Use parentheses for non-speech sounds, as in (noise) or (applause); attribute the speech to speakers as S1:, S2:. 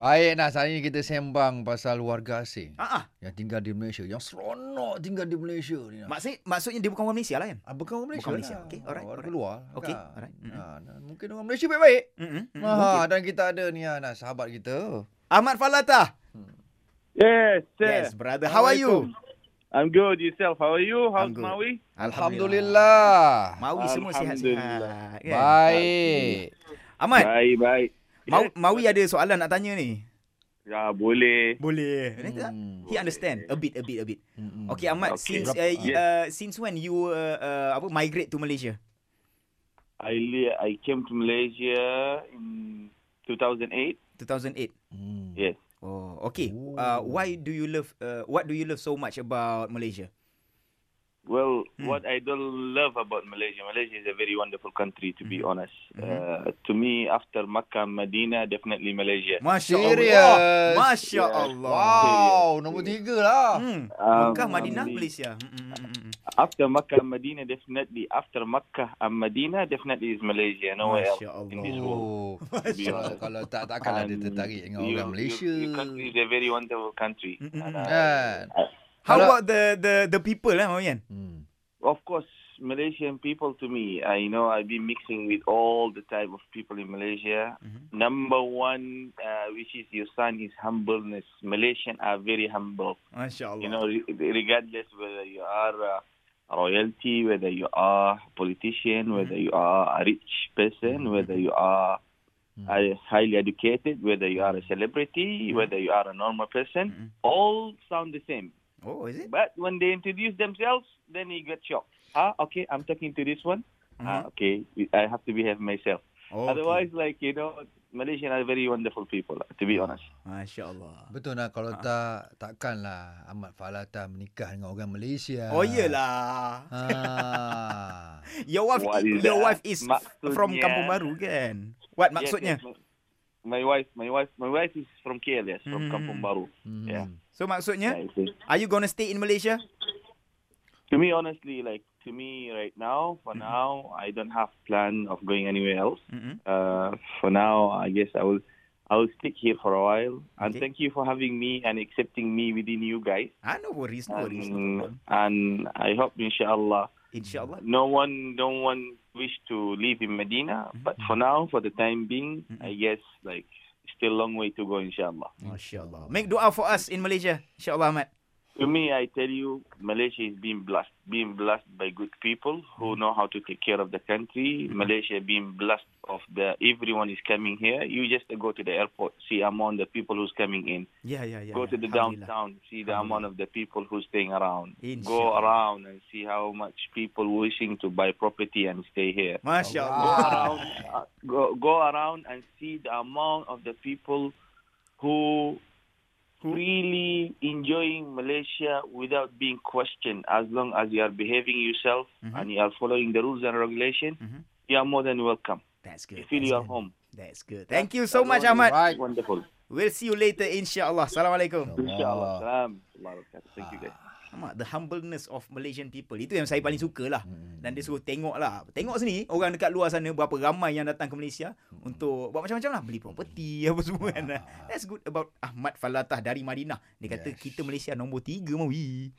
S1: Baik Nas, hari ni kita sembang pasal warga asing
S2: Ah, ah.
S1: yang tinggal di Malaysia. Yang seronok tinggal di Malaysia ni. Nas.
S2: Maksud, maksudnya dia bukan orang Malaysia lah kan?
S1: Ah, bukan orang Malaysia.
S2: Bukan Malaysia.
S1: Lah.
S2: Okey, alright,
S1: Orang
S2: alright.
S1: luar.
S2: Okey,
S1: kan?
S2: alright. Mm-mm.
S1: Ah, dan mungkin orang Malaysia baik-baik.
S2: Mm-hmm.
S1: Ah, dan kita ada ni ah, Nas, sahabat kita.
S2: Ahmad Falata.
S3: Yes,
S2: Yes, brother. How are you?
S3: I'm good. Yourself? How are you?
S2: How's I'm good. Maui?
S1: Alhamdulillah.
S2: Maui semua sihat-sihat.
S3: Alhamdulillah.
S2: Kan?
S1: Baik.
S2: Ahmad,
S3: Baik, baik.
S2: Mau, Maui ada soalan nak tanya ni.
S3: Ya, boleh.
S2: Boleh.
S1: Hmm.
S2: He understand a bit a bit a bit.
S1: Hmm.
S2: Okay Ahmad,
S3: Okay.
S2: since uh,
S3: Yes.
S2: uh, since when you uh, uh, apa migrate to Malaysia?
S3: I li- I came to Malaysia in 2008.
S2: 2008.
S1: Hmm.
S3: Yes.
S2: Oh, okay. Uh,
S1: Oh.
S2: why do you love uh, what do you love so much about Malaysia?
S3: Well,
S2: Hmm.
S3: what I don't love about Malaysia, Malaysia is a very wonderful country, to be
S2: Mhm.
S3: honest.
S2: Mhm.
S3: Uh, to me, after Makkah, Medina, definitely Malaysia.
S2: Masya
S1: Serious?
S2: Allah. Masya
S3: Yeah.
S2: Allah.
S1: Wow, nombor tiga lah.
S2: Hmm.
S3: Um,
S2: Mekah, Madinah,
S3: um,
S2: Malaysia. Hmm, hmm, hmm, hmm, hmm.
S3: After Makkah, Medina, definitely. After Makkah and Medina, definitely is Malaysia. Nowhere else.
S2: Masya
S3: in
S2: Allah.
S3: this world.
S1: Oh,
S3: Masya
S1: kalau,
S3: Allah.
S1: kalau tak takkanlah dia
S3: And
S1: tertarik dengan
S3: you-
S1: orang
S3: you-
S1: Malaysia.
S3: Your
S2: kan
S3: country is a very wonderful country.
S2: Mhm.
S3: And, uh,
S1: Kan?
S2: How
S1: Kalau-
S2: about the the the people lah, Mawian?
S1: Hmm.
S3: Of course, Malaysian people to me, I know I've been mixing with all the type of people in Malaysia.
S2: Mhm.
S3: Number one, uh, which is your son, is humbleness. Malaysian are very humble.
S2: Masya Allah.
S3: You know, re- regardless whether you are uh, royalty, whether you are politician, whether you are a rich person, whether you are uh, highly educated, whether you are a celebrity, whether you are a normal person,
S2: Mhm.
S3: all sound the same.
S2: oh, is it?
S3: But when they introduce themselves, then you get shocked. Ah, okay, I'm talking to this one.
S2: Uh-huh.
S3: Ah, okay, I have to behave myself.
S2: Oh,
S3: Otherwise, like you know, Malaysian are very wonderful people. To be honest.
S2: Masya Allah.
S1: Betul lah kalau
S2: Ha.
S1: tak takkanlah Ahmad Falata menikah dengan orang Malaysia.
S2: Oh iyalah. (laughs)
S1: Ha.
S2: Your wife,
S3: What is
S2: your
S3: that?
S2: wife is
S3: Maksudnya-
S2: from Kampung Baru kan? What
S3: Yes,
S2: maksudnya?
S3: yes, my- my wife, my wife, my wife is from KL, yes,
S2: Mhm.
S3: from Kampung Baru.
S1: Hmm.
S3: Yeah.
S2: So maksudnya,
S3: Yeah, it's-
S2: are you gonna stay in Malaysia?
S3: to me, honestly, like to me right now, for now, I don't have plan of going anywhere else.
S2: Mm-hmm.
S3: Uh, for now, I guess I will, I will stick here for a while. And
S2: Okay.
S3: thank you for having me and accepting me within you guys.
S2: Ah, no worries, no worries. No
S3: and,
S2: problem.
S3: and I hope inshallah
S2: Insya Allah.
S3: no one no one wish to live in Medina
S2: Mm-hmm,
S3: but for now for the time being I guess like still long way to go inshallah
S2: Masya Allah. Make doa for us in Malaysia. Insya Allah, Ahmad.
S3: to me I tell you Malaysia is being blessed being blessed by good people who
S2: Mm-hmm.
S3: know how to take care of the country Malaysia being blessed of the everyone is coming here you just go to the airport see amount the people who's coming in
S2: Yeah, yeah, yeah.
S3: go
S2: yeah.
S3: to the
S2: Alhamdulillah.
S3: downtown, see
S2: Alhamdulillah.
S3: the amount of the people who's staying around.
S2: Inshallah.
S3: Go around and see how much people wishing to buy property and stay here.
S2: Masya
S3: Go
S2: Allah.
S3: around, uh, go, go around and see the amount of the people who really enjoying Malaysia without being questioned. As long as you are behaving yourself
S2: Mhm.
S3: and you are following the rules and regulation,
S2: Mhm.
S3: you are more than welcome.
S2: That's
S3: You
S2: good.
S3: feel
S2: that's
S3: you are
S2: good.
S3: home.
S2: That's good. Thank you so much, Ahmad.
S1: Right.
S3: Wonderful.
S2: We'll see you later, insyaAllah. Assalamualaikum.
S3: Inshallah. Salam. Allahu Akbar. Thank
S2: Ah.
S3: you guys.
S2: Ahmad, the humbleness of Malaysian people. Itu yang saya paling suka lah. Dan dia suruh tengok lah. Tengok sini, orang dekat luar sana, berapa ramai yang datang ke Malaysia untuk buat macam-macam lah. Beli properti, (laughs) apa
S1: Ah.
S2: semua kan. That's good about Ahmad Falatah dari Madinah. Dia kata,
S1: Yes.
S2: kita Malaysia nombor tiga, Mawi.